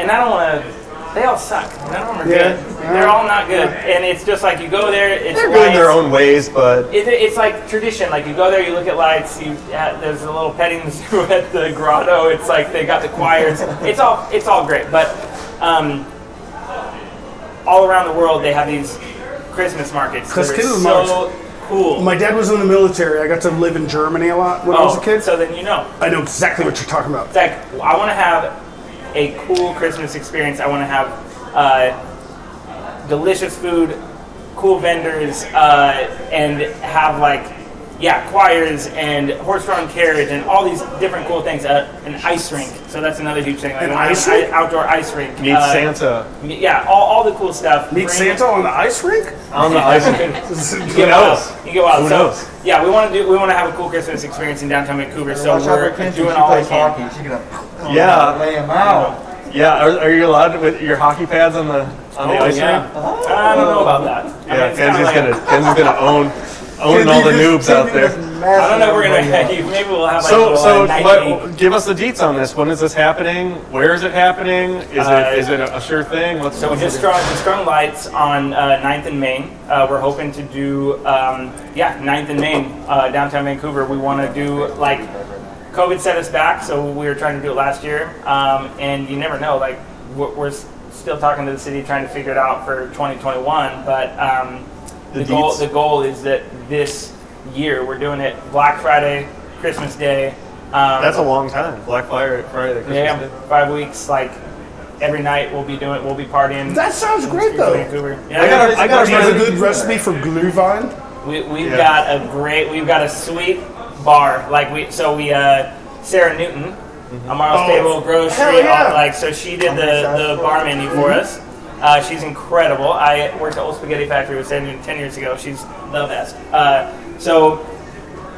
Speaker 5: and I don't want to. They all suck. None of them are
Speaker 2: Yeah.
Speaker 5: good. They're all not good. And it's just like you go there. It's
Speaker 4: They're good in their
Speaker 5: lights.
Speaker 4: own ways, but
Speaker 5: It, it's like tradition. Like you go there, you look at lights. You uh, there's a little petting zoo at the grotto. It's like they got the choir. It's, it's all it's all great. But um, all around the world, they have these Christmas markets. that are
Speaker 2: Christmas
Speaker 5: so
Speaker 2: markets.
Speaker 5: cool.
Speaker 2: My dad was in the military. I got to live in Germany a lot when I
Speaker 4: Oh.
Speaker 2: was a kid.
Speaker 5: Oh, So then you know.
Speaker 2: I know exactly what you're talking about.
Speaker 5: It's like I want to have a cool Christmas experience. I want to have uh, delicious food, cool vendors, uh, and have like yeah choirs and horse-drawn carriage and all these different cool things. Uh, an ice rink. So that's another huge thing. Like,
Speaker 2: An
Speaker 5: I want
Speaker 2: ice
Speaker 5: i-
Speaker 2: rink?
Speaker 5: outdoor ice rink.
Speaker 4: meet
Speaker 5: Uh,
Speaker 4: Santa
Speaker 5: Yeah, all, all the cool stuff.
Speaker 2: Meet
Speaker 5: Bring-
Speaker 2: Santa on the ice rink?
Speaker 4: on the ice.
Speaker 5: You
Speaker 4: Who
Speaker 5: get wild.
Speaker 4: knows?
Speaker 5: You get wild.
Speaker 4: Who
Speaker 5: so,
Speaker 4: knows?
Speaker 5: Yeah, we want to do. We want to have a cool Christmas experience in downtown Vancouver. So
Speaker 1: Watch out
Speaker 5: we're
Speaker 1: for Kenzie.
Speaker 5: doing
Speaker 1: She
Speaker 5: all we
Speaker 1: plays
Speaker 5: can.
Speaker 1: hockey. She's
Speaker 5: Oh,
Speaker 1: gonna
Speaker 4: Yeah.
Speaker 1: lay him out.
Speaker 4: Yeah, are, are you allowed with your hockey pads on the on the
Speaker 5: Oh,
Speaker 4: ice
Speaker 5: yeah.
Speaker 4: rink?
Speaker 5: I don't know about that. I mean,
Speaker 4: Yeah,
Speaker 5: it's kinda
Speaker 4: Kenzie's
Speaker 5: like-
Speaker 4: gonna Kenzie's gonna own own all the noobs out there.
Speaker 5: I don't know if we're gonna. Maybe we'll have like
Speaker 4: So
Speaker 5: little,
Speaker 4: so
Speaker 5: uh, night meeting.
Speaker 4: what, give us the deets on this. When is this happening? Where is it happening? Is
Speaker 5: Uh,
Speaker 4: it is it a sure thing? What's
Speaker 5: So we
Speaker 4: what's
Speaker 5: just
Speaker 4: it-
Speaker 5: strung, just strung lights on uh, 9th and Main. Uh, we're hoping to do, um, yeah, 9th and Main, uh, downtown Vancouver. We want to do, like, COVID set us back, so we were trying to do it last year. Um, and you never know, like, we're, we're s- still talking to the city, trying to figure it out for 2021. But um, the,
Speaker 4: The
Speaker 5: goal,
Speaker 4: deets.
Speaker 5: the goal is that this year we're doing it Black Friday, Christmas Day. Um,
Speaker 4: That's a long time. Black Fire Friday. Christmas
Speaker 5: Yeah,
Speaker 4: Day.
Speaker 5: five weeks. Like every night, we'll be doing, we'll be partying.
Speaker 2: That sounds great though.
Speaker 5: Vancouver.
Speaker 4: I got a, I got a
Speaker 2: Do you have a
Speaker 4: friend.
Speaker 2: good recipe for Glühwein?
Speaker 5: we, we've
Speaker 4: Yeah.
Speaker 5: got a great, we've got a sweet bar. Like we, so we, uh, Sarah Newton,
Speaker 4: Mm-hmm.
Speaker 5: Amaro's
Speaker 2: Oh,
Speaker 5: Table Grocery,
Speaker 2: hell yeah. Mm-hmm.
Speaker 5: all- like so she did the, the bar menu for us. Uh, she's incredible. I worked at Old Spaghetti Factory with Sarah Newton ten years ago. She's the best. Uh, so,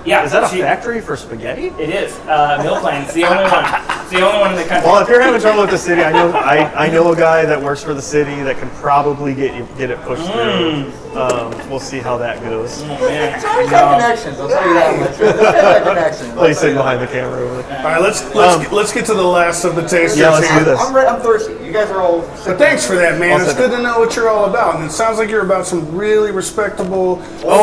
Speaker 5: yeah,
Speaker 4: Is that a
Speaker 5: she-
Speaker 4: factory for spaghetti?
Speaker 5: It is. Uh, Mill Plains, the only one. It's the only one in the country.
Speaker 4: Well, if you're having trouble with the city, I know I, I know a guy that works for the city that can probably get you get it pushed
Speaker 5: Mm.
Speaker 4: through. Um, we'll see how that goes.
Speaker 5: Yeah.
Speaker 1: It's always got connections. I'll tell you that much. It's always got connections.
Speaker 4: Placing behind the camera. Over there.
Speaker 2: All right, let's let's
Speaker 4: Um,
Speaker 2: get- let's get to the last of the tasters
Speaker 4: Yeah, let's do
Speaker 2: here.
Speaker 4: this.
Speaker 1: I'm, re- I'm thirsty. You guys are all.
Speaker 2: But thanks for that, man.
Speaker 4: I'll
Speaker 2: It's
Speaker 4: send it.
Speaker 2: good to know what you're all about, and it sounds like you're about some really respectable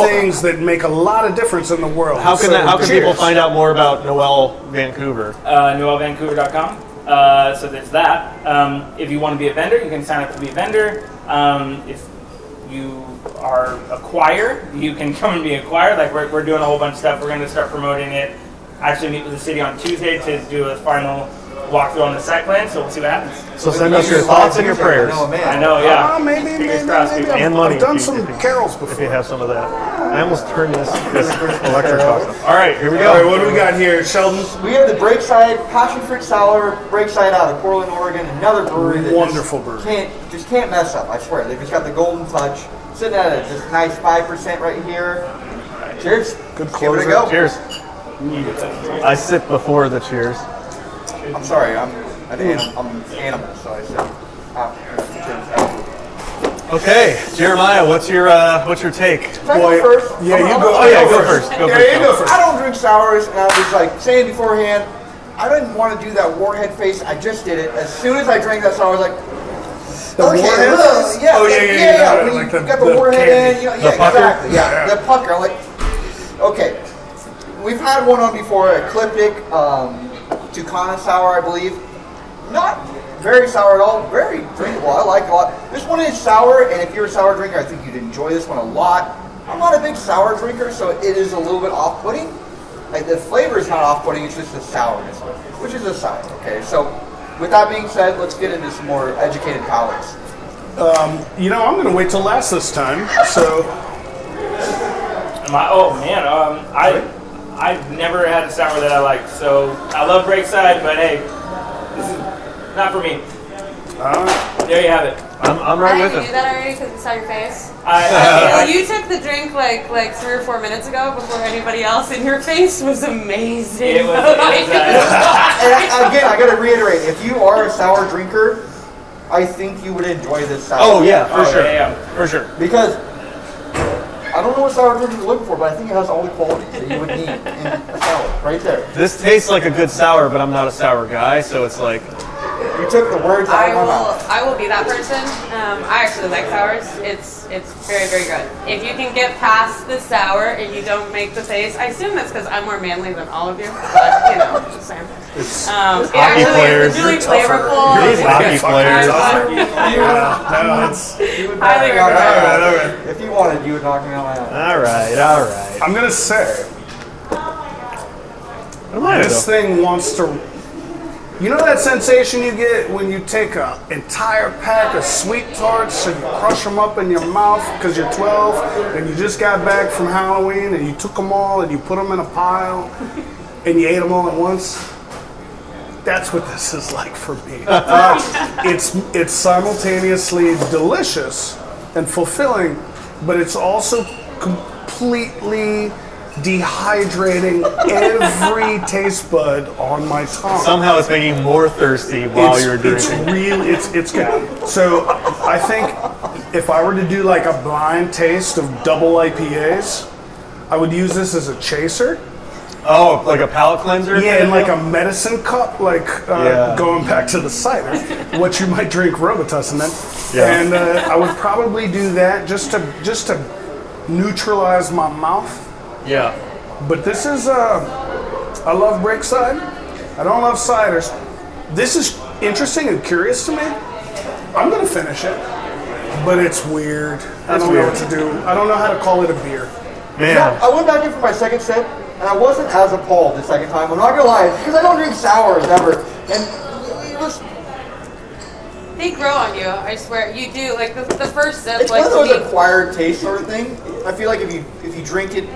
Speaker 2: things that make a lot of difference in the world.
Speaker 4: Oh. How can
Speaker 2: So,
Speaker 4: that, how can people
Speaker 2: cheers.
Speaker 4: find out more about Noel Vancouver?
Speaker 5: uh, noelvancouver.com. Uh, so there's that. Um, if you want to be a vendor, you can sign up to be a vendor. Um, if you are a choir, you can come and be a choir. Like we're, we're doing a whole bunch of stuff. We're going to start promoting it. I actually meet with the city on Tuesday to do a final walk through on the site plan, so we'll see what happens.
Speaker 4: So send us your thoughts and your prayers.
Speaker 1: No, man.
Speaker 5: I know, yeah.
Speaker 2: Ah, maybe, maybe,
Speaker 5: Fingers
Speaker 2: maybe.
Speaker 5: crossed, people.
Speaker 2: I've,
Speaker 4: And money.
Speaker 2: I've done
Speaker 4: if you-
Speaker 2: some
Speaker 4: if you-
Speaker 2: carols
Speaker 4: If you
Speaker 2: before.
Speaker 4: have some of that. I almost turned this, this electric off.
Speaker 2: All right, here we go. All right, what do we got here, Sheldon?
Speaker 1: We have the Breakside Passion Fruit Sour, Breakside out of Portland, Oregon, another brewery that
Speaker 2: Wonderful
Speaker 1: just
Speaker 2: brewery.
Speaker 1: can't just can't mess up. I swear, they've just got the golden touch. Sitting at a just nice five percent right here. Cheers.
Speaker 2: Good
Speaker 1: Give it a
Speaker 2: closer.
Speaker 1: go.
Speaker 4: Cheers. I sip before the cheers.
Speaker 1: I'm sorry, I'm an animal. I'm an animal, so I said. ah, after.
Speaker 4: Okay, Jeremiah, what's your uh, what's your take?
Speaker 1: Can I go first?
Speaker 2: yeah,
Speaker 1: I'm-
Speaker 2: you
Speaker 1: I'm-
Speaker 2: go-
Speaker 4: Oh yeah, go first. Go
Speaker 2: Yeah,
Speaker 4: first.
Speaker 2: you go first.
Speaker 1: I don't drink sours, and I was like saying beforehand, I didn't want to do that warhead face. I just did it. As soon as I drank that sour, I was like,
Speaker 2: The
Speaker 1: okay,
Speaker 2: warhead?
Speaker 1: uh, yeah,
Speaker 2: Oh, yeah,
Speaker 1: yeah,
Speaker 2: yeah,
Speaker 1: yeah,
Speaker 2: yeah,
Speaker 1: when
Speaker 2: like
Speaker 1: you
Speaker 2: the-
Speaker 1: got the,
Speaker 2: the
Speaker 1: warhead
Speaker 2: candy.
Speaker 1: in, you know,
Speaker 4: The
Speaker 1: yeah,
Speaker 4: pucker?
Speaker 1: exactly, yeah,
Speaker 2: Yeah.
Speaker 1: the pucker. I'm like, okay, we've had one on before, Ecliptic, um, Tucana sour, I believe. Not very sour at all. Very drinkable. I like it a lot. This one is sour, and if you're a sour drinker, I think you'd enjoy this one a lot. I'm not a big sour drinker, so it is a little bit off-putting. Like the flavor is not off-putting; it's just the sourness, which is a sour. Okay, so with that being said, let's get into some more educated palates.
Speaker 2: You know, I'm going to wait till last this time. So,
Speaker 5: Am I- oh man, um, I I've never had a sour that I like, so I love Breakside, but hey, this is not for me. There you have it.
Speaker 4: I'm, I'm right
Speaker 6: I
Speaker 4: with
Speaker 6: knew
Speaker 4: him.
Speaker 6: that already because I saw your face.
Speaker 5: I,
Speaker 3: Well,
Speaker 5: I,
Speaker 3: you took the drink like like three or four minutes ago before anybody else, and your face was amazing.
Speaker 5: It was- it was, uh,
Speaker 1: And I, again, I got to reiterate: if you are a sour drinker, I think you would enjoy this sour.
Speaker 4: Oh yeah, for
Speaker 5: Oh,
Speaker 4: sure.
Speaker 5: yeah, yeah.
Speaker 4: For sure.
Speaker 1: Because I don't know what sour drink you're looking for, but I think it has all the qualities that you would need in a sour, right there.
Speaker 4: This tastes like a good sour, but I'm not a sour guy, so it's like
Speaker 1: You took the words out
Speaker 3: I
Speaker 1: of my
Speaker 3: will.
Speaker 1: mouth.
Speaker 3: I will be that person. Um, I actually like sours. It's it's very very good. If you can get past the sour and you don't make the face, I assume that's because I'm more manly than all of you. But you know, just saying. Um, it
Speaker 4: hockey
Speaker 3: actually,
Speaker 4: players,
Speaker 3: it's really
Speaker 4: you're
Speaker 3: flavorful.
Speaker 4: These hockey players. uh,
Speaker 2: no, it's,
Speaker 1: You would
Speaker 3: Highly
Speaker 1: knock me out of my
Speaker 2: recommend.
Speaker 1: mouth.
Speaker 2: All right, all
Speaker 1: If you wanted, you would knock me out of my mouth.
Speaker 4: all right, all right.
Speaker 2: I'm going to say
Speaker 4: What am I
Speaker 2: this
Speaker 4: though?
Speaker 2: thing wants to. You know that sensation you get when you take an entire pack of sweet tarts and you crush them up in your mouth because you're 12 and you just got back from Halloween and you took them all and you put them in a pile and you ate them all at once? That's what this is like for me. it's it's simultaneously delicious and fulfilling, but it's also completely dehydrating every taste bud on my tongue.
Speaker 4: Somehow it's making you more thirsty while
Speaker 2: it's,
Speaker 4: you're
Speaker 2: it's
Speaker 4: drinking.
Speaker 2: really it's it's good. So I think if I were to do like a blind taste of double IPAs, I would use this as a chaser.
Speaker 4: Oh, like a palate cleanser?
Speaker 2: Yeah, in like a medicine cup, like uh,
Speaker 4: Yeah.
Speaker 2: going back to the cider, what you might drink Robitussin in.
Speaker 4: Yeah.
Speaker 2: And uh, I would probably do that just to just to neutralize my mouth.
Speaker 4: yeah.
Speaker 2: But this is uh, I love Breakside. I don't love ciders. This is interesting and curious to me. I'm gonna finish it, but it's weird. I
Speaker 4: It's
Speaker 2: don't know
Speaker 4: weird.
Speaker 2: what to do. I don't know how to call it a beer.
Speaker 4: Man.
Speaker 1: I went back in for my second sip, and I wasn't as appalled the second time. I'm not gonna lie, because I don't drink sours ever. And it was,
Speaker 3: They grow on you. I swear, you do. Like the, the first sip,
Speaker 1: it's
Speaker 3: like
Speaker 1: one of
Speaker 3: to me-
Speaker 1: those acquired taste sort of thing. I feel like if you if you drink it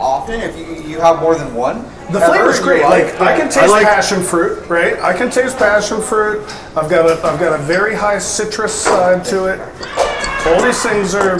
Speaker 1: often, if you, you have more than one,
Speaker 2: The
Speaker 1: ever
Speaker 2: flavor's
Speaker 1: in
Speaker 2: great.
Speaker 1: your
Speaker 2: Like
Speaker 1: life,
Speaker 2: I can taste
Speaker 4: I like-
Speaker 2: passion fruit, right? I can taste passion fruit. I've got a I've got a very high citrus side to it. All these things are.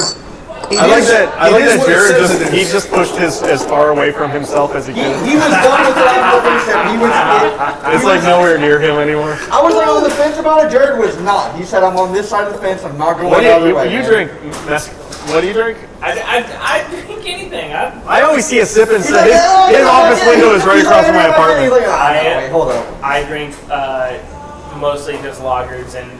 Speaker 4: I like that. I like that Jared
Speaker 2: it
Speaker 4: just he
Speaker 2: is.
Speaker 4: just pushed his as far away from himself as he
Speaker 1: He,
Speaker 4: could.
Speaker 1: he was done with it after the first sip. He was. It,
Speaker 4: It's like nowhere near him anymore.
Speaker 1: I was like on the fence about it. Jared was not. He said, "I'm on this side of the fence. I'm not going
Speaker 4: What do
Speaker 1: the other
Speaker 4: you,
Speaker 1: way."
Speaker 4: you, you
Speaker 1: man."
Speaker 4: drink? That's, what do you drink?
Speaker 5: I, I, I drink anything. I,
Speaker 4: I always see a sip and
Speaker 1: He's
Speaker 4: sip.
Speaker 1: like,
Speaker 4: His,
Speaker 1: "Oh,
Speaker 4: his
Speaker 1: yeah,
Speaker 4: office
Speaker 1: yeah."
Speaker 4: window is
Speaker 1: He's
Speaker 4: right across
Speaker 1: like,
Speaker 4: from my
Speaker 1: "Oh, yeah, yeah." He's
Speaker 4: apartment.
Speaker 1: like, "Oh, no, wait, hold up.
Speaker 5: I drink uh, mostly just lagers and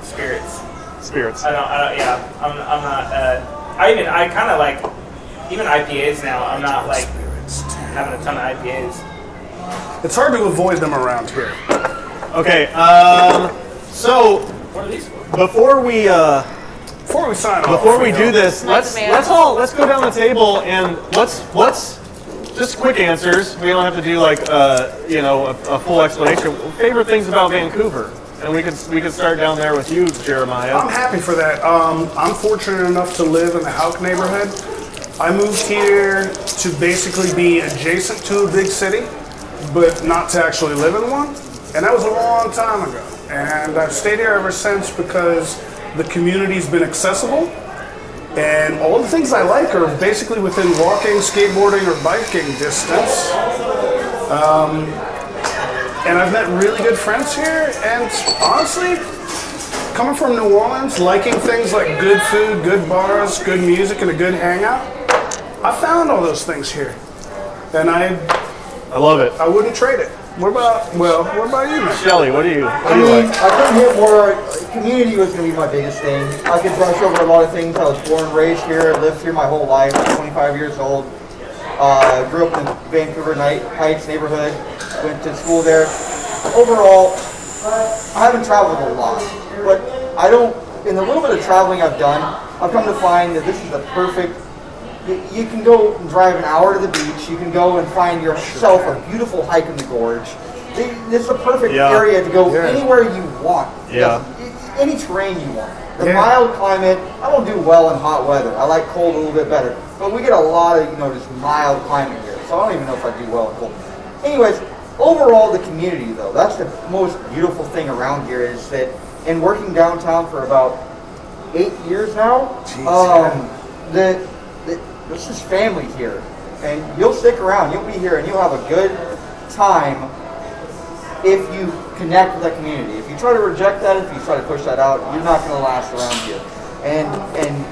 Speaker 5: spirits.
Speaker 4: Spirits.
Speaker 5: I don't, I don't, yeah, I'm, I'm not, uh, I even, I kind of like, even IPAs now, I'm not like having a ton of IPAs.
Speaker 2: It's hard to avoid them around here.
Speaker 4: Okay. Um. So
Speaker 5: What are these for?
Speaker 4: before we uh,
Speaker 2: Before we sign off,
Speaker 4: before we
Speaker 2: you
Speaker 4: do
Speaker 2: know,
Speaker 4: this, let's
Speaker 3: man.
Speaker 4: let's all let's go down the table and let's let's just quick answers. We don't have to do like uh, you know a, a full explanation. Favorite things about Vancouver, and we could we could start down there with you,
Speaker 2: I'm
Speaker 4: Jeremiah.
Speaker 2: happy for that. Um, I'm fortunate enough to live in the Hauk neighborhood. I moved here to basically be adjacent to a big city, but not to actually live in one. And that was a long time ago. And I've stayed here ever since because the community's been accessible. And all the things I like are basically within walking, skateboarding, or biking distance. Um, and I've met really good friends here. And honestly, coming from New Orleans, liking things like good food, good bars, good music, and a good hangout, I found all those things here, and I
Speaker 4: I love it.
Speaker 2: I wouldn't trade it. What about well? What about you? man?
Speaker 4: Shelly, what do you? What
Speaker 1: I
Speaker 4: do you
Speaker 1: mean,
Speaker 4: like?
Speaker 1: I couldn't hit more. Community was going to be my biggest thing. I could brush over a lot of things. I was born, and raised here, lived here my whole life. 25 years old. Uh, grew up in the Vancouver Night Heights neighborhood. Went to school there. Overall, I haven't traveled a lot, but I don't. In the little bit of traveling I've done, I've come to find that this is the perfect. y- You can go and drive an hour to the beach. You can go and find yourself a beautiful hike in the gorge. Th- This is the perfect
Speaker 4: Yeah.
Speaker 1: area to go
Speaker 2: Yeah.
Speaker 1: anywhere you want.
Speaker 4: Yeah.
Speaker 1: Just Any terrain you want. The
Speaker 2: Yeah.
Speaker 1: mild climate, I don't do well in hot weather. I like cold a little bit better. But we get a lot of, you know, just mild climate here. So I don't even know if I do well in cold. Anyways, overall, the community, though, that's the most beautiful thing around here is that, and working downtown for about eight years now. um, the, the, this is family here. And you'll stick around. You'll be here and you'll have a good time if you connect with that community. If you try to reject that, if you try to push that out, you're not going to last around here. And and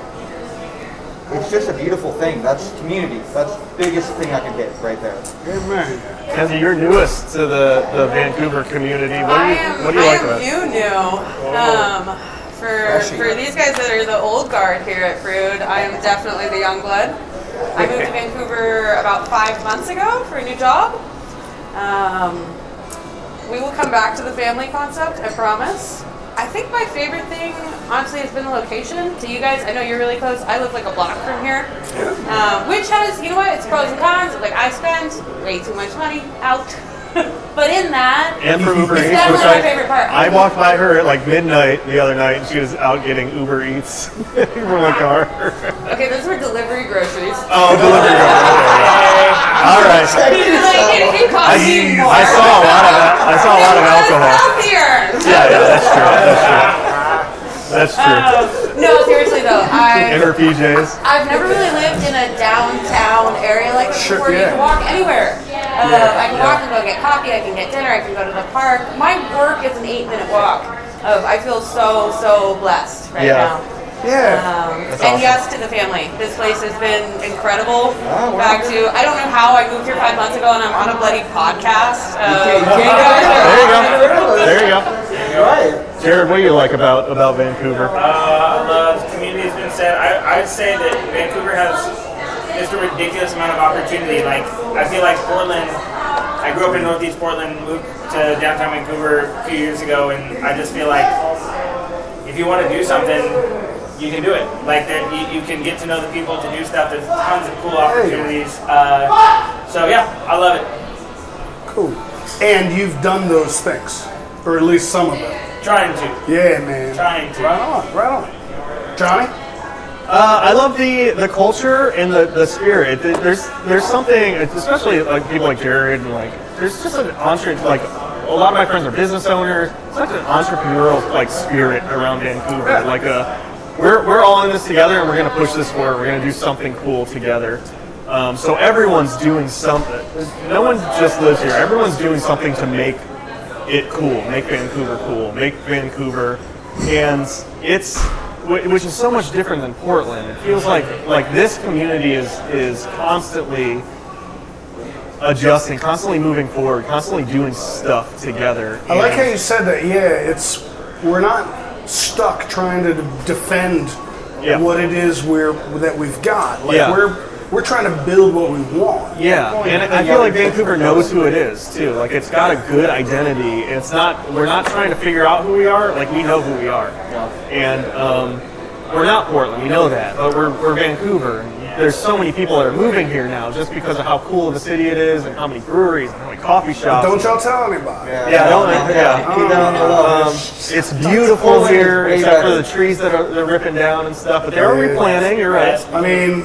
Speaker 1: it's just a beautiful thing. That's community. That's the biggest thing I can hit right there.
Speaker 2: Amen.
Speaker 4: Kenzie, you're newest to the, the Vancouver community. What do
Speaker 3: I
Speaker 4: you
Speaker 3: am,
Speaker 4: what do you
Speaker 3: I
Speaker 4: like
Speaker 3: am
Speaker 4: about it?
Speaker 3: you new. Um, for,
Speaker 1: Freshy.
Speaker 3: for these guys that are the old guard here at Frood, I am definitely the young blood. I moved to Vancouver about five months ago for a new job. Um, we will come back to the family concept, I promise. I think my favorite thing, honestly, has been the location. To you guys, I know you're really close. I live like a block from here, um, which has, you know what, it's pros and cons. Like, I spend way too much money out. but in that,
Speaker 4: And from Uber Eats,
Speaker 3: It's
Speaker 4: which
Speaker 3: definitely my
Speaker 4: I,
Speaker 3: favorite part.
Speaker 4: I walked by her at like midnight the other night, and she was out getting Uber Eats from the car.
Speaker 3: Okay, those were delivery groceries.
Speaker 4: Oh, delivery All right.
Speaker 3: He's like, it, it
Speaker 4: I,
Speaker 3: costs you more.
Speaker 4: I saw a lot of al- I saw a lot of alcohol.
Speaker 3: Healthier.
Speaker 4: Yeah, yeah, that's true. That's true. That's true.
Speaker 3: No, seriously though, I
Speaker 4: In her PJs.
Speaker 3: I've never really lived in a downtown area like this
Speaker 2: Sure,
Speaker 3: before. You
Speaker 2: yeah.
Speaker 3: can walk anywhere. Uh, I can walk and go get coffee. I can get dinner. I can go to the park. My work is an eight-minute walk. Of I feel so so blessed right
Speaker 4: Yeah.
Speaker 3: now.
Speaker 2: Yeah.
Speaker 3: Um, and
Speaker 4: awesome.
Speaker 3: yes to the family. This place has been incredible.
Speaker 1: Wow, wow.
Speaker 3: Back to I don't know how I moved here five months ago and I'm on a bloody podcast. Uh,
Speaker 1: You can't- you
Speaker 4: There you go.
Speaker 1: can't go wrong.
Speaker 4: There you go.
Speaker 1: Right.
Speaker 4: Jared, what do you like about about Vancouver?
Speaker 5: Uh, love, community has been said. I, I'd say that Vancouver has just a ridiculous amount of opportunity. Like, I feel like Portland, I grew up in Northeast Portland, moved to downtown Vancouver a few years ago, and I just feel like if you want to do something, you can do it. Like, there, you, you can get to know the people to do stuff. There's tons of cool opportunities. Uh, so, yeah, I love it.
Speaker 2: Cool. And you've done those things, or at least some of them.
Speaker 5: Trying to.
Speaker 2: Yeah, man.
Speaker 5: Trying to.
Speaker 2: Right on. Right on. Johnny.
Speaker 4: Uh, I love the the culture and the, the spirit. Th- There's there's something, especially like people like Jared and like there's just an entre like a lot of my friends are business owners. It's such an entrepreneurial like spirit around Vancouver. Like a we're we're all in this together and we're gonna push this forward. We're gonna do something cool together. Um, so everyone's doing something. No one just lives here. Everyone's doing something to make it cool, make Vancouver cool, make Vancouver, and it's whi- which is so much different than Portland. It feels like like this community is is constantly adjusting, constantly moving forward, constantly doing stuff together.
Speaker 2: I like how
Speaker 4: and-
Speaker 2: you said that. Yeah, it's we're not stuck trying to defend
Speaker 4: Yeah.
Speaker 2: what it is we're that we've got. Like
Speaker 4: Yeah.
Speaker 2: we're we're trying to build what we want.
Speaker 4: Yeah, and I feel like Vancouver knows who it is too. Like it's got a good identity. It's not we're not trying to figure out who we are. Like we know who we are, and um, we're not Portland. We know that, but we're, we're Vancouver. there's so many people that are moving here now just because of how cool of a city it is and how many breweries and how many coffee shops.
Speaker 2: Don't y'all tell anybody.
Speaker 4: Yeah, don't I? Yeah.
Speaker 1: Keep that on the low.
Speaker 4: Um, it's beautiful here, except for the trees that are they're ripping down and stuff. But they are replanting. You're right.
Speaker 2: I mean,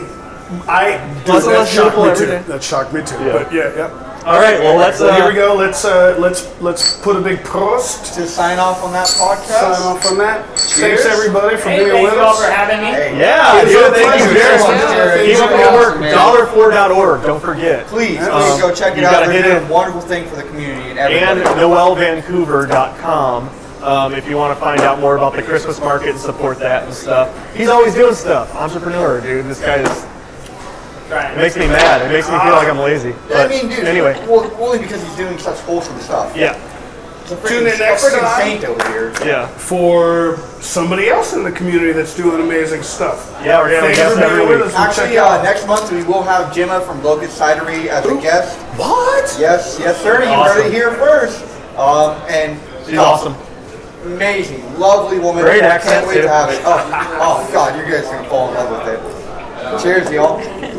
Speaker 2: I dude,
Speaker 4: Plus
Speaker 2: that
Speaker 4: less
Speaker 2: shocked
Speaker 4: people
Speaker 2: me
Speaker 4: every
Speaker 2: too.
Speaker 4: day.
Speaker 2: That shocked me too. But yeah, yeah.
Speaker 4: All right. Well, let's.
Speaker 2: So
Speaker 4: Uh,
Speaker 2: here we go. Let's uh, let's let's put a big prost
Speaker 1: to sign off on that
Speaker 2: sign
Speaker 1: podcast.
Speaker 2: off on that.
Speaker 1: Cheers.
Speaker 2: Thanks everybody for
Speaker 5: Hey,
Speaker 2: being
Speaker 5: thank
Speaker 2: with
Speaker 5: you all for
Speaker 2: us.
Speaker 5: having me.
Speaker 1: Hey,
Speaker 4: Yeah,
Speaker 2: It's
Speaker 4: dude,
Speaker 2: a
Speaker 4: thank you
Speaker 2: pleasure.
Speaker 4: very much.
Speaker 2: Thanks,
Speaker 1: Jared.
Speaker 4: Keep up the good work.
Speaker 1: Man.
Speaker 4: Dollar4.org. Don't forget.
Speaker 1: Please, please
Speaker 4: Um,
Speaker 1: go check it
Speaker 4: you
Speaker 1: out.
Speaker 4: gotta
Speaker 1: They're
Speaker 4: hit
Speaker 1: doing
Speaker 4: it.
Speaker 1: a wonderful thing for the community and everybody.
Speaker 4: and noelvancouver.com um, if you want to find out more about the Christmas market and support that and stuff. He's always doing stuff. Entrepreneur, dude. This guy is,
Speaker 5: Try
Speaker 4: it makes me mad. It makes me feel like I'm lazy.
Speaker 1: I
Speaker 4: But
Speaker 1: mean, dude,
Speaker 4: anyway,
Speaker 1: well, only because he's doing such wholesome stuff.
Speaker 4: yeah,
Speaker 1: He's a
Speaker 2: Tune in
Speaker 1: freaking, a
Speaker 2: next
Speaker 1: freaking
Speaker 2: time.
Speaker 1: saint over here.
Speaker 4: yeah,
Speaker 2: For somebody else in the community that's doing amazing stuff.
Speaker 4: yeah. We're gonna
Speaker 2: Thanks
Speaker 4: guess
Speaker 2: for
Speaker 4: every
Speaker 2: being with
Speaker 4: week.
Speaker 2: us. We'll
Speaker 1: Actually,
Speaker 2: check out-
Speaker 1: uh, next month we will have Gemma from Locust Cidery as a guest.
Speaker 2: what?
Speaker 1: Yes, yes, sir. You heard
Speaker 4: Awesome.
Speaker 1: it here first. Um, and
Speaker 4: She's awesome.
Speaker 1: amazing, lovely woman.
Speaker 4: Great
Speaker 1: I
Speaker 4: accent,
Speaker 1: Can't wait
Speaker 4: too.
Speaker 1: to have it. Oh, oh God, you guys are gonna fall in love with it. Cheers, y'all.